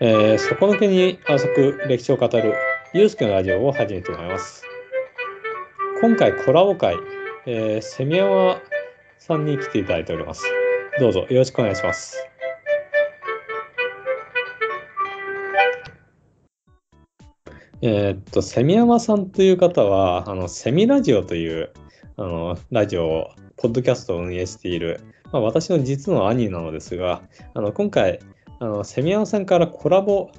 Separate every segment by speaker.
Speaker 1: えー、底抜けに浅く歴史を語るゆうすけのラジオを始めてもらいます今回コラボ会、えー、セミヤマさんに来ていただいておりますどうぞよろしくお願いしますえーっとセミヤマさんという方はあのセミラジオというあのラジオをポッドキャストを運営している、まあ、私の実の兄なのですがあの今回あのセミヤマさんからコラボ、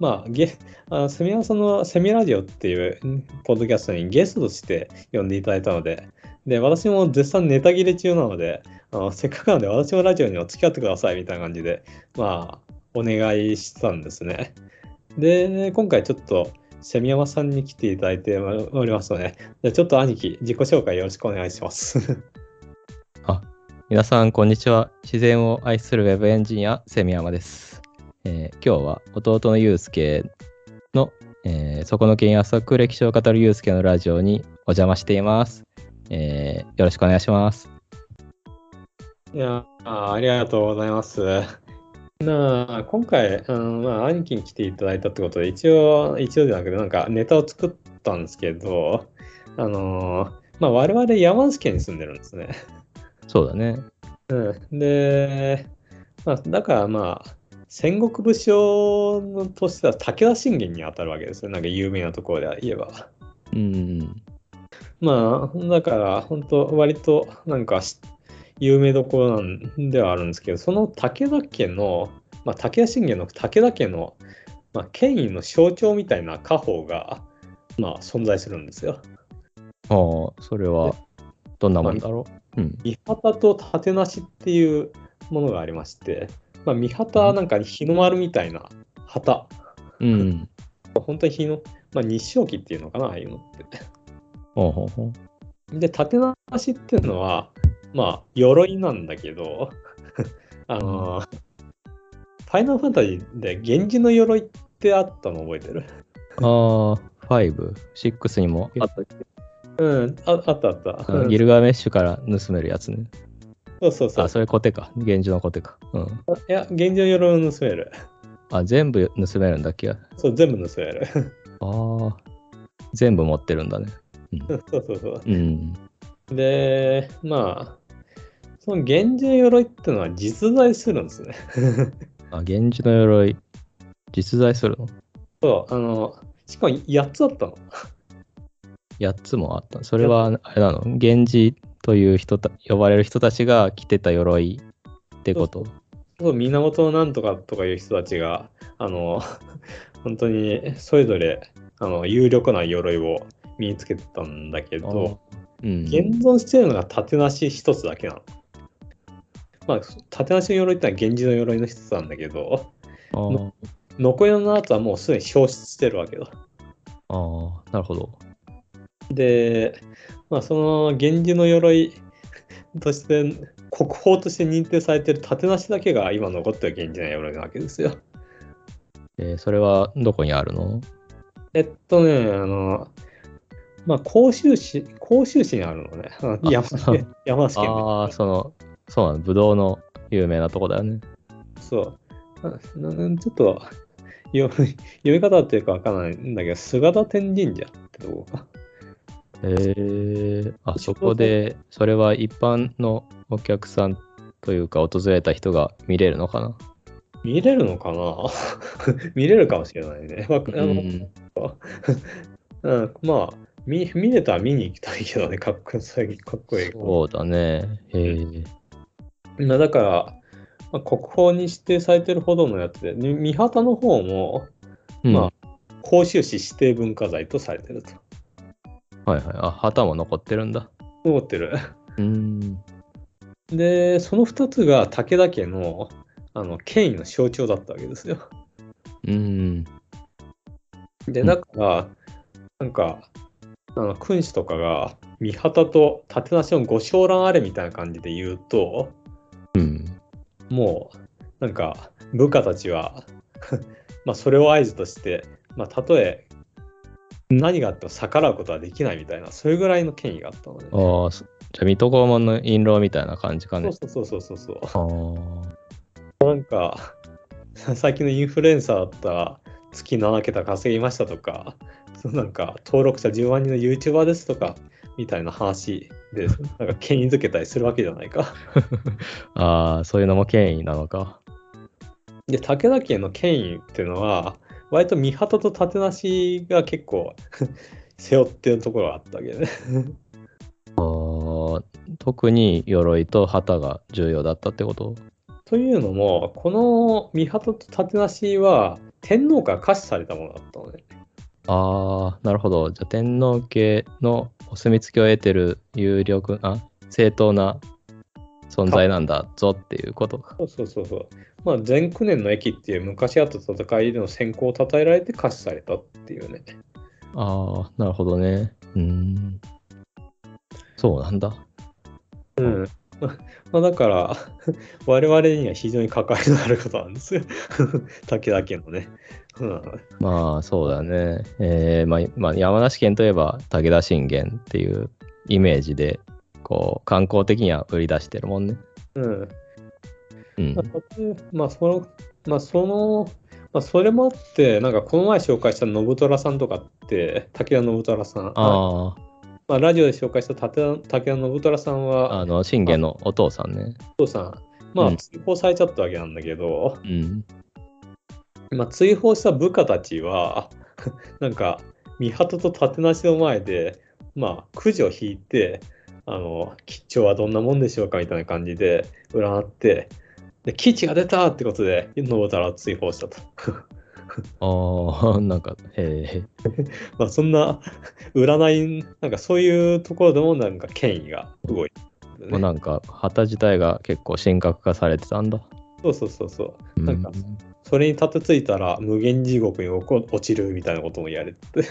Speaker 1: まあ、ゲあのセミヤマさんのセミラジオっていうポッドキャストにゲストとして呼んでいただいたので、で私も絶賛ネタ切れ中なのであの、せっかくなので私もラジオにお付き合ってくださいみたいな感じで、まあ、お願いしたんですね。で、今回ちょっとセミヤマさんに来ていただいておりますので、じゃあちょっと兄貴、自己紹介よろしくお願いします。
Speaker 2: 皆さん、こんにちは。自然を愛するウェブエンジニア、セミヤマです。えー今日は弟のユうスケの、えー、底の剣浅く歴史を語るユうスケのラジオにお邪魔しています。えーよろしくお願いします。
Speaker 1: いやあ、ありがとうございます。なあ、今回、あの、まあ、兄貴に来ていただいたってことで、一応、一応じゃなくて、なんかネタを作ったんですけど、あのーまあ、我々山梨県に住んでるんですね。
Speaker 2: そうだね。
Speaker 1: うん。で、まあ、だからまあ、戦国武将のとしては武田信玄に当たるわけですよ。なんか有名なところで言えば。
Speaker 2: うん。
Speaker 1: まあ、だから、本当割と、なんかし、有名どころなんではあるんですけど、その武田家の、まあ、武田信玄の武田家の、まあ、権威の象徴みたいな家宝が、まあ、存在するんですよ。
Speaker 2: ああ、それはどんなもんだろう。うん。
Speaker 1: 三旗と盾なしっていうものがありまして、まあ、三旗はなんか日の丸みたいな旗。
Speaker 2: うん。
Speaker 1: 本当に日の、まあ、日照旗っていうのかな、ああいうのって。
Speaker 2: ほうほうほう。
Speaker 1: で、縦なしっていうのは、まあ、鎧なんだけど、 あのー、ファイナルファンタジーで源氏の鎧ってあったの覚えてる
Speaker 2: ああ、5、6にもあったっけ
Speaker 1: うん、ああったあった。
Speaker 2: うんギルガメッシュから盗めるやつね。
Speaker 1: うんそうそうそ
Speaker 2: あ、それコテか。源氏のコテか。うん。
Speaker 1: う。いや、源氏の鎧を盗める。
Speaker 2: あ、全部盗めるんだっけ
Speaker 1: そう、全部盗める。
Speaker 2: ああ、全部持ってるんだね。
Speaker 1: そうそうそう。
Speaker 2: うん。
Speaker 1: で、まあ、その源氏の鎧ってのは実在するんですね。
Speaker 2: あ、源氏の鎧、実在するの
Speaker 1: そう、あの、しかも8つあったの。
Speaker 2: ?8 つもあった。それは、あれなの源氏という人た、呼ばれる人たちが着てた鎧ってこと。
Speaker 1: そう源なんとかとかいう人たちが、あの、 本当にそれぞれ、あの、有力な鎧を身につけてたんだけど、
Speaker 2: うん。
Speaker 1: 現存してるのが盾なし一つだけなの。まあ、盾なしの鎧ってのは源氏の鎧の一つなんだけど、
Speaker 2: あー
Speaker 1: 残りの7つはもうすでに消失してるわけだ。
Speaker 2: あー、なるほど。
Speaker 1: で、まあ、その源氏の鎧として、国宝として認定されてる盾なしだけが今残ってる源氏の鎧なわけですよ。
Speaker 2: えーそれはどこにあるの
Speaker 1: えっとね、あの、まあ、甲州市、甲州市にあるのね。あの
Speaker 2: あ
Speaker 1: 山
Speaker 2: そう
Speaker 1: 梨山梨県
Speaker 2: ああ、その、そうなの、ぶどうの有名なとこだよね。
Speaker 1: で。そう。あななちょっと、よ読み方っていうかわからないんだけど、菅田天神社ってとこか。
Speaker 2: えー、あそこで、それは一般のお客さんというか、訪れた人が見れるのかな
Speaker 1: 見れるのかな 見れるかもしれないね。まあ、あ
Speaker 2: う
Speaker 1: の
Speaker 2: ん、
Speaker 1: うん、まあ、見見れたら見に行きたいけどね、かっこいい、かっこいい。
Speaker 2: そうだね。へえ。
Speaker 1: まあだから、まあ国宝に指定されてるほどのやつで、に三旗の方も、ま甲州市指定文化財とされてると
Speaker 2: あ、はいはい。あ、旗も残ってるんだ。
Speaker 1: 思ってる。
Speaker 2: うん。
Speaker 1: で、その2つが武田家のあの権威の象徴だったわけですよ。
Speaker 2: うん。
Speaker 1: で、
Speaker 2: うん
Speaker 1: だから、なんか、あの君主とかが三旗と武田氏のご将覧あれみたいな感じで言うと、
Speaker 2: うん。
Speaker 1: もう、なんか、部下たちは、 まあ、それを合図として、まあ、たとえ、何があっても逆らうことはできないみたいな、それぐらいの権威があったので、ね。
Speaker 2: ああ、そじゃあ、水戸黄門の印籠みたいな感じかね。
Speaker 1: そうそうそうそうそう。
Speaker 2: ああ。
Speaker 1: なんか、 最近のインフルエンサーだったら月7桁稼ぎましたとか、 そのなんか登録者10万人の YouTuber ですとか、みたいな話で、なんか権威づけたりするわけじゃないか。
Speaker 2: ああ、そういうのも権威なのか。
Speaker 1: で、武田家の権威っていうのは、割と三旗と立てなしが結構 背負ってるところがあったわけね。
Speaker 2: あー特に鎧と旗が重要だったってこと
Speaker 1: というのも、この三旗と立てなしは天皇から可視されたものだったのね。
Speaker 2: ああ、なるほど。じゃあ天皇家のお墨付きを得てる有力な、正当な存在なんだぞっていうことか。
Speaker 1: そうそうそうそう。まあ、前9年の駅っていう昔あった戦いでの戦功を称えられて可視されたっていうね。
Speaker 2: ああ、なるほどね。うーん。そうなんだ。
Speaker 1: うん。まあ、だから、 我々には非常に関わりのあることなんですよ。 武田家のね。うん。
Speaker 2: まあそうだね。えーまあまあ、山梨県といえば武田信玄っていうイメージで、こう観光的には売り出してるもんね。
Speaker 1: うん。
Speaker 2: うん
Speaker 1: ま。あ例えばまあ、その、まあ、その、まあ、それもあって、なんかこの前紹介した信虎さんとかって、武田信虎さん。
Speaker 2: あー
Speaker 1: まあ、ラジオで紹介した武田武田信虎さんは、
Speaker 2: あの信玄のお父さんね。
Speaker 1: お父さん、ま
Speaker 2: う
Speaker 1: あ、
Speaker 2: ん
Speaker 1: 追放されちゃったわけなんだけど、
Speaker 2: うん。
Speaker 1: まあ、追放した部下たちは、 なんか、三旗と立てなしの前で、まあ、くじを引いて、あの、吉兆はどんなもんでしょうかみたいな感じで占って、で、吉が出たってことで、信太郎を追放したと。
Speaker 2: ああ、なんか、へ
Speaker 1: まあ、そんな、占い、なんかそういうところでも、なんか権威が動いて
Speaker 2: え、
Speaker 1: る、
Speaker 2: も
Speaker 1: ね。
Speaker 2: うなんか旗自体が結構神格化されてたんだ。
Speaker 1: そうそうそうそう。
Speaker 2: う
Speaker 1: なんかそれに立てついたら無限地獄に落落ちるみたいなこともやれて て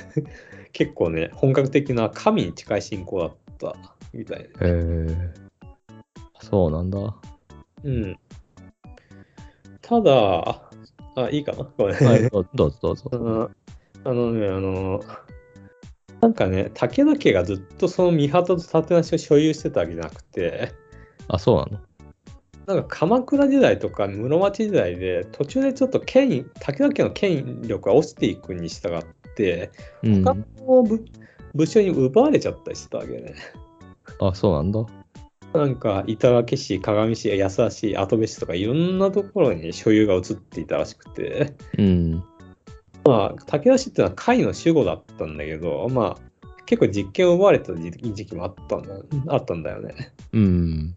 Speaker 1: 結構ね本格的な神に近い信仰だったみたいな
Speaker 2: へえ。そうなんだ。は
Speaker 1: うんただあいいかなごめん、
Speaker 2: い、どどうぞどうぞ。
Speaker 1: うんあのねあのなんかね武田家がずっとその三旗と立てなしを所有してたわけじゃなくて
Speaker 2: あ、そうなの
Speaker 1: なんか鎌倉時代とか室町時代で途中でちょっと権威武田家の権力が落ちていくに従って
Speaker 2: うん
Speaker 1: 他。の部部署に奪われちゃったりしてたわけね。
Speaker 2: あ、そうなんだ。
Speaker 1: なんか板垣市、鏡市、安田市、跡部市とかいろんなところに所有が移っていたらしくて、
Speaker 2: うん。
Speaker 1: まあ、武田市ってのは甲斐の守護だったんだけど、まあ、結構実権を奪われた時時期もあったんだあったんだよね。
Speaker 2: うん。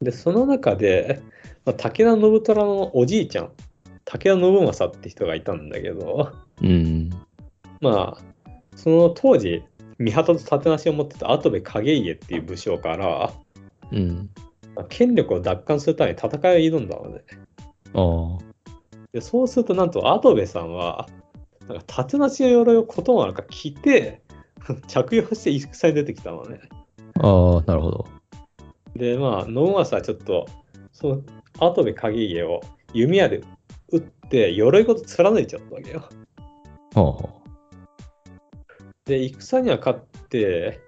Speaker 1: で、その中で、まあ、武田信虎のおじいちゃん、武田信正って人がいたんだけど、
Speaker 2: うん。
Speaker 1: まあ、その当時、三旗と立てなしを持ってた跡部景家っていう武将から、
Speaker 2: うん。
Speaker 1: まあ権力を奪還するために戦いを挑んだので
Speaker 2: ああ。
Speaker 1: でそうするとなんと跡部さんはなんか立てなしの鎧をこともなく着て 着用して戦に出てきたのね
Speaker 2: ああ、なるほど。
Speaker 1: でまあ信正はちょっとその跡部景家を弓矢で撃って鎧ごと貫いちゃったわけよ
Speaker 2: ほうほ
Speaker 1: で戦には勝って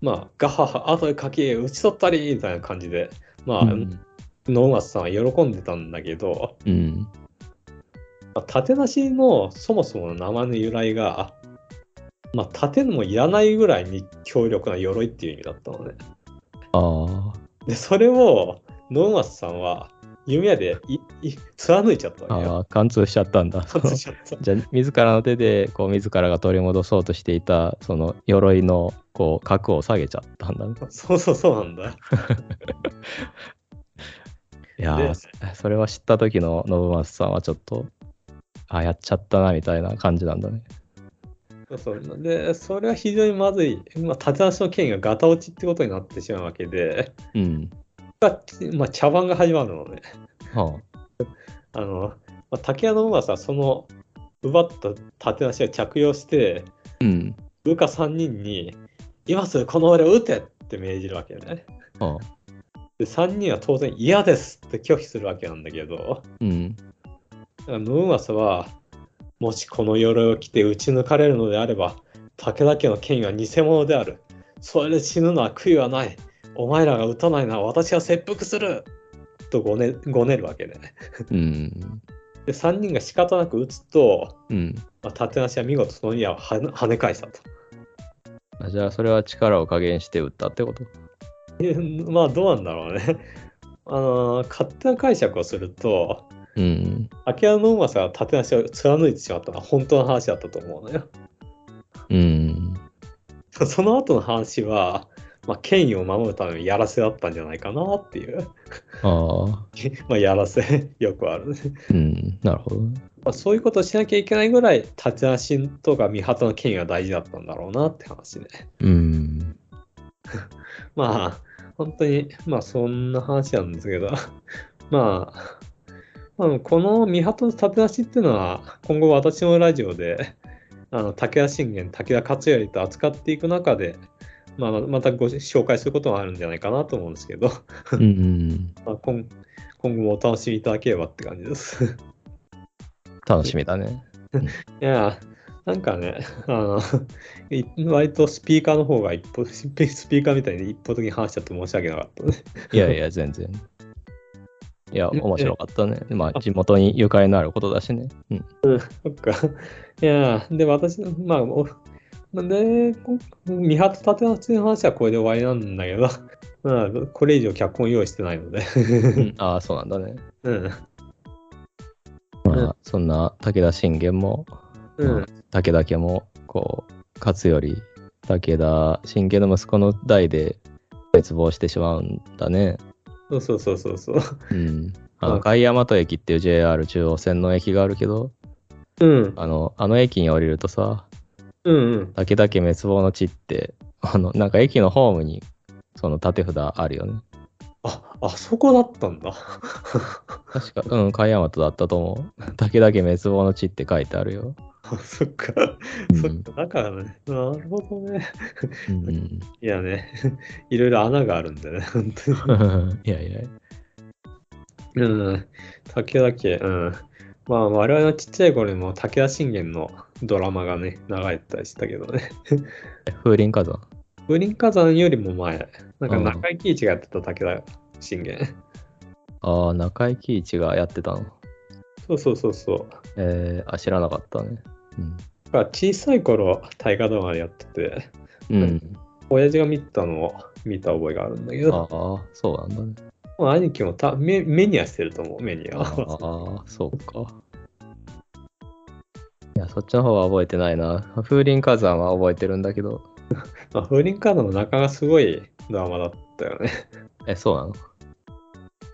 Speaker 1: まあガハハ跡部景家討ち取ったりみたいな感じでまあ、
Speaker 2: う。うん。
Speaker 1: 信正さんは喜んでたんだけど
Speaker 2: うん。
Speaker 1: まあ、縦なしのそもそもの名前の由来が、まあ、縦のもいらないぐらいに強力な鎧っていう意味だったのね。
Speaker 2: あ
Speaker 1: で、それを、ノーマスさんは、弓矢でいい貫いちゃった
Speaker 2: あ。
Speaker 1: わけよ。
Speaker 2: ああ、貫通しちゃったんだ。
Speaker 1: 貫いちゃった。
Speaker 2: じゃあ自らの手でこう自らが取り戻そうとしていたその鎧のこう核を下げちゃったんだね。
Speaker 1: そうそうそうなんだ。
Speaker 2: いや
Speaker 1: で
Speaker 2: ーそそれは知った時の信松さんはちょっとあやっちゃったなみたいな感じなんだね。
Speaker 1: そうそうで、それは非常にまずい。まあ、縦なしの権威がガタ落ちってことになってしまうわけで、
Speaker 2: うん。
Speaker 1: がまあ、茶番が始まるのね。
Speaker 2: は
Speaker 1: あの、まあ、竹谷信正はその、奪った縦なしを着用して、
Speaker 2: あ、うん。
Speaker 1: 部下3人に「今すぐこの俺を撃て!」って命じるわけよね。
Speaker 2: はあ、
Speaker 1: で3人は当然「嫌です!」って拒否するわけなんだけど
Speaker 2: うん。
Speaker 1: だから信正は「もしこの鎧を着て撃ち抜かれるのであれば武田家の権威は偽物であるそれで死ぬのは悔いはないお前らが撃たないなら私は切腹する!」とごねごねるわけで、ね、
Speaker 2: うん。
Speaker 1: で、3人が仕方なく打つと、
Speaker 2: うん。
Speaker 1: まあ、縦なしは見事その矢をはね跳ね返したと。
Speaker 2: あじゃあ、それは力を加減して打ったってこと
Speaker 1: まあどうなんだろうね。 あのー勝手な解釈をすると、
Speaker 2: うん。
Speaker 1: 秋山のうまさが縦足を貫いてしまったのは本当の話だったと思うのよ。
Speaker 2: うん。
Speaker 1: その後の話は、まあ、権威を守るためのやらせだったんじゃないかなっていう。
Speaker 2: ああ。
Speaker 1: まあやらせ、 よくあるね。
Speaker 2: うん。なるほどね。
Speaker 1: まあ、そういうことをしなきゃいけないぐらい、縦足とか三旗の権威は大事だったんだろうなって話ね。
Speaker 2: うん。
Speaker 1: まあ、本当に、まあそんな話なんですけど、 まあ、まあ、この三鳩の立て出しっていうのは、今後私のラジオで、あの武田信玄、武田勝頼と扱っていく中で、まあ、またご紹介することもあるんじゃないかなと思うんですけど、
Speaker 2: うん。
Speaker 1: まあ、今今後もお楽しみいただければって感じです。 い
Speaker 2: 楽しみだね。
Speaker 1: やー、なんかね、あの、い割とスピーカーの方が一方、スピスピーカーみたいに一方的に話しちゃって申し訳なかったね。
Speaker 2: いやい や、全然。いや、
Speaker 1: え
Speaker 2: 面白かったね。まあ、地元にゆかりのあることだしね。 うん。
Speaker 1: そっか。いやー、で、私の、まあ、おで、こ見張った立ての話はこれで終わりなんだけど、 まあ、これ以上脚本用意してないので。
Speaker 2: ああ、そうなんだね。
Speaker 1: うん。
Speaker 2: まあ、そんな武田信玄も、
Speaker 1: うん。
Speaker 2: 武田家も、こう、勝頼、武田信玄の息子の代で滅亡してしまうんだね。
Speaker 1: そうそうそうそうそう。
Speaker 2: うん。あ
Speaker 1: う
Speaker 2: の、
Speaker 1: ん
Speaker 2: 甲斐大和駅っていう JR 中央線の駅があるけど、
Speaker 1: うん。
Speaker 2: あの、あの駅に降りるとさ、
Speaker 1: うんうん。
Speaker 2: 武田家滅亡の地って、あの、なんか駅のホームに、その縦札あるよね。
Speaker 1: あ、あそこだったんだ。
Speaker 2: 確か、うん、甲斐大和だったと思う。武田家滅亡の地って書いてあるよ。
Speaker 1: あそっか。
Speaker 2: うん
Speaker 1: そっか。だからね。なるほどね。
Speaker 2: うん
Speaker 1: いやね。 いろいろ穴があるんだね。 本当に。
Speaker 2: いやいや。
Speaker 1: うん、武田家、うん。まあ、我々のちっちゃい頃にも武田信玄のドラマがね、流れてたりしたけどね。
Speaker 2: 風林火山。
Speaker 1: 風林火山よりも前、なんか
Speaker 2: うん
Speaker 1: 中井貴一がやってた武田信玄。
Speaker 2: ああ、中井貴一がやってたの。
Speaker 1: そうそうそうそう。
Speaker 2: えー、あ、知らなかったね。うん。
Speaker 1: だから小さい頃、大河ドラマでやってて、
Speaker 2: うん、
Speaker 1: 親父が見てたのを見た覚えがあるんだけ
Speaker 2: あ
Speaker 1: ど、
Speaker 2: あ、そうなんだね。
Speaker 1: まあ、兄貴もた目目にはしてると思う、目に
Speaker 2: あ
Speaker 1: は。
Speaker 2: あ、そうか。いや、そっちの方は覚えてないな。風林火山は覚えてるんだけど。
Speaker 1: まあ、風林火山の中がすごいドラマだったよね。
Speaker 2: え、そう なの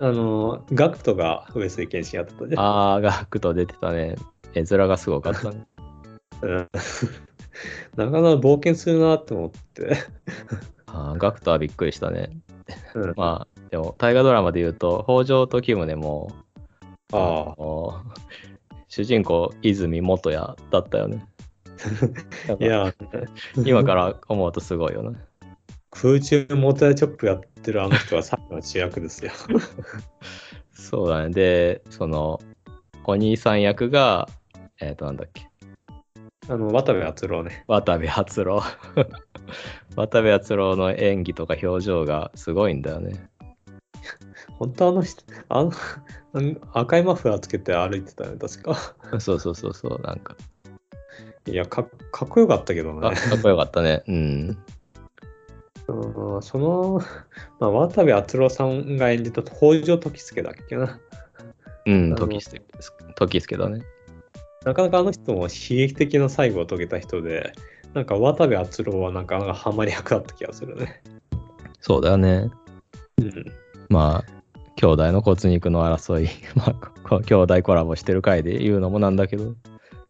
Speaker 1: あの、ガクトが上杉謙信やってたじゃん。
Speaker 2: ああ、ガクト出てたね。絵面がすごかった ね。
Speaker 1: うんなかなか冒険するなって思って。
Speaker 2: ああ、ガクトはびっくりしたね。
Speaker 1: うん
Speaker 2: まあ、でも、大河ドラマで言うと、北条時宗も、
Speaker 1: ああ、
Speaker 2: の主人公、泉元也だったよ ね。
Speaker 1: いや、
Speaker 2: 今から思うとすごいよね。
Speaker 1: 空中モーターチョップやってるあの人が最後の主役ですよ。
Speaker 2: そうだね。で、その、お兄さん役が、えっ、と、なんだっけ、
Speaker 1: あの、渡部篤郎ね。
Speaker 2: 渡部篤郎。 渡部篤郎の演技とか表情がすごいんだよね。
Speaker 1: 本当あの人、 あの、赤いマフラーつけて歩いてたよね、確か。
Speaker 2: そうそうそうそう、なんか、
Speaker 1: いや、かかっこよかったけど
Speaker 2: あ
Speaker 1: ね。
Speaker 2: かっこよかったね。うん。
Speaker 1: うんその、まあ、渡部篤郎さんが演じた北条時助だっけな。
Speaker 2: うん、
Speaker 1: あの
Speaker 2: 時助時助だね。
Speaker 1: なかなかあの人も悲劇的な最後を遂げた人で、なんか渡部篤郎はなんかハマり役だった気がするね。
Speaker 2: そうだよね。
Speaker 1: うん。
Speaker 2: まあ、兄弟の骨肉の争い、 まあ、こう兄弟コラボしてる回で言うのもなんだけど、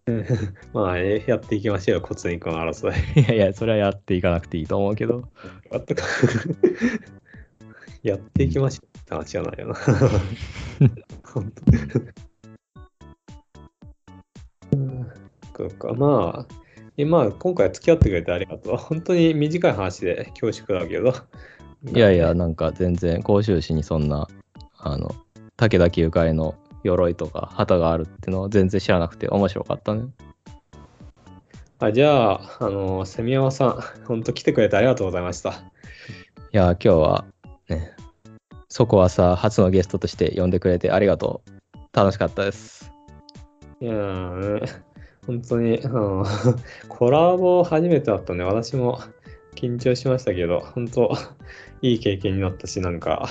Speaker 1: まあ、えーやっていきましょうよ、骨肉の争い。
Speaker 2: いやいや、それはやっていかなくていいと思うけど、
Speaker 1: あったか やっていきましょうって話じゃないよな。本当うんそっか、まあ、えまあ、今回付き合ってくれてありがとう。本当に短い話で恐縮だけど。
Speaker 2: いやいや、なんか全然、甲州市にそんな、あの、武田家ゆかりの鎧とか旗があるってのを全然知らなくて面白かったね。
Speaker 1: あ。じゃあ、あの、セミヤマさん、本当来てくれてありがとうございました。
Speaker 2: いや、今日は、ね、そこはさ、初のゲストとして呼んでくれてありがとう。楽しかったです。
Speaker 1: いやー本当に、あの、 コラボ初めてだったね。私も緊張しましたけど、本当、いい経験になったし、なんか、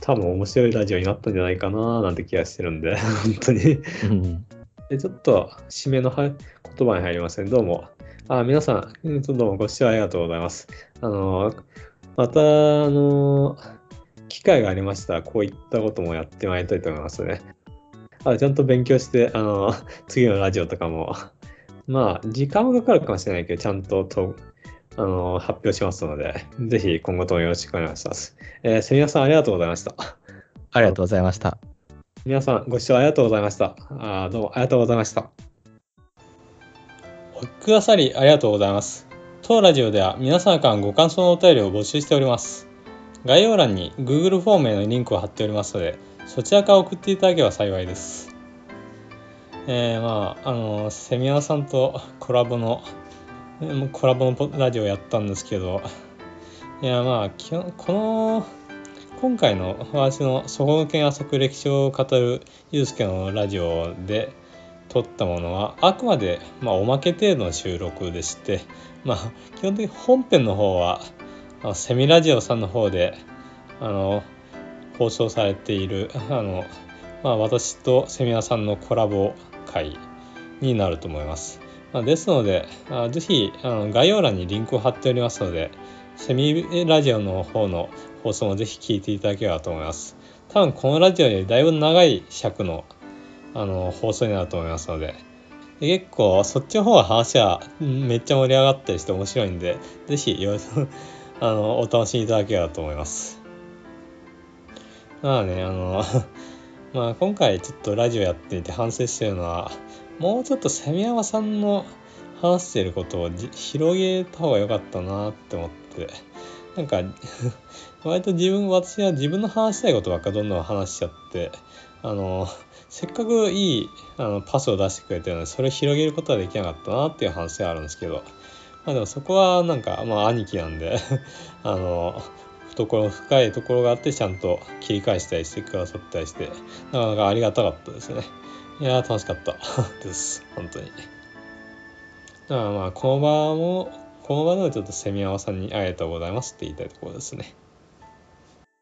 Speaker 1: 多分面白いラジオになったんじゃないかななんて気がしてるんで、 本当に。
Speaker 2: うん
Speaker 1: で、ちょっと、締めのは言葉に入りますね。どうも。あ、皆さん、うんどうもご視聴ありがとうございます。あの、また、あの、機会がありましたら、こういったこともやってまいりたいと思いますね。あちゃんと勉強して、あの、次のラジオとかも、まあ、時間はかかるかもしれないけど、ちゃんとと、あの、発表しますので、ぜひ今後ともよろしくお願いします。えーセミナーさんありがとうございました。
Speaker 2: ありがとうございました。
Speaker 1: 皆さんご視聴ありがとうございました。あーどうもありがとうございました。お聞きくださりありがとうございます。当ラジオでは皆様からのご感想のお便りを募集しております。概要欄に Google フォームへのリンクを貼っておりますので、そちらから送っていただければ幸いです。えー、まあ、あの、セミナーさんと コラボの、えーもうコラボのポラジオやったんですけど、いや、まあ、基本この、今回の私の「そこの県あそく歴史を語るゆうすけのラジオ」で撮ったものはあくまで、まあ、おまけ程度の収録でして、まあ、基本的に本編の方はあのセミラジオさんの方であの放送されているあの、まあ、私とセミナさんのコラボ会になると思います。まあ、ですので、あぜひあの概要欄にリンクを貼っておりますので、セミラジオの方の放送もぜひ聞いていただければと思います。多分このラジオよりだいぶ長い尺のあの放送になると思いますので、で結構そっちの方が話はうんめっちゃ盛り上がったりして面白いんで、ぜひよろあのお楽しみいただければと思います。まあね、あの、 まあ今回ちょっとラジオやっていて反省してるのは、もうちょっとセミヤマさんの話してることをじ広げた方が良かったなって思って、なんか、割と自分私は自分の話したいことばっかどんどん話しちゃってあのせっかくいいあのパスを出してくれてるのでそれを広げることはできなかったなっていう話はあるんですけどまあでもそこはなんかまあ兄貴なんで あの懐深いところがあってちゃんと切り返したりしてくださったりしてなかなかありがたかったですねいやー楽しかった です本当にだからまあこの場もこの場ではちょっとセミヤマさんにありがとうございますって言いたいところですね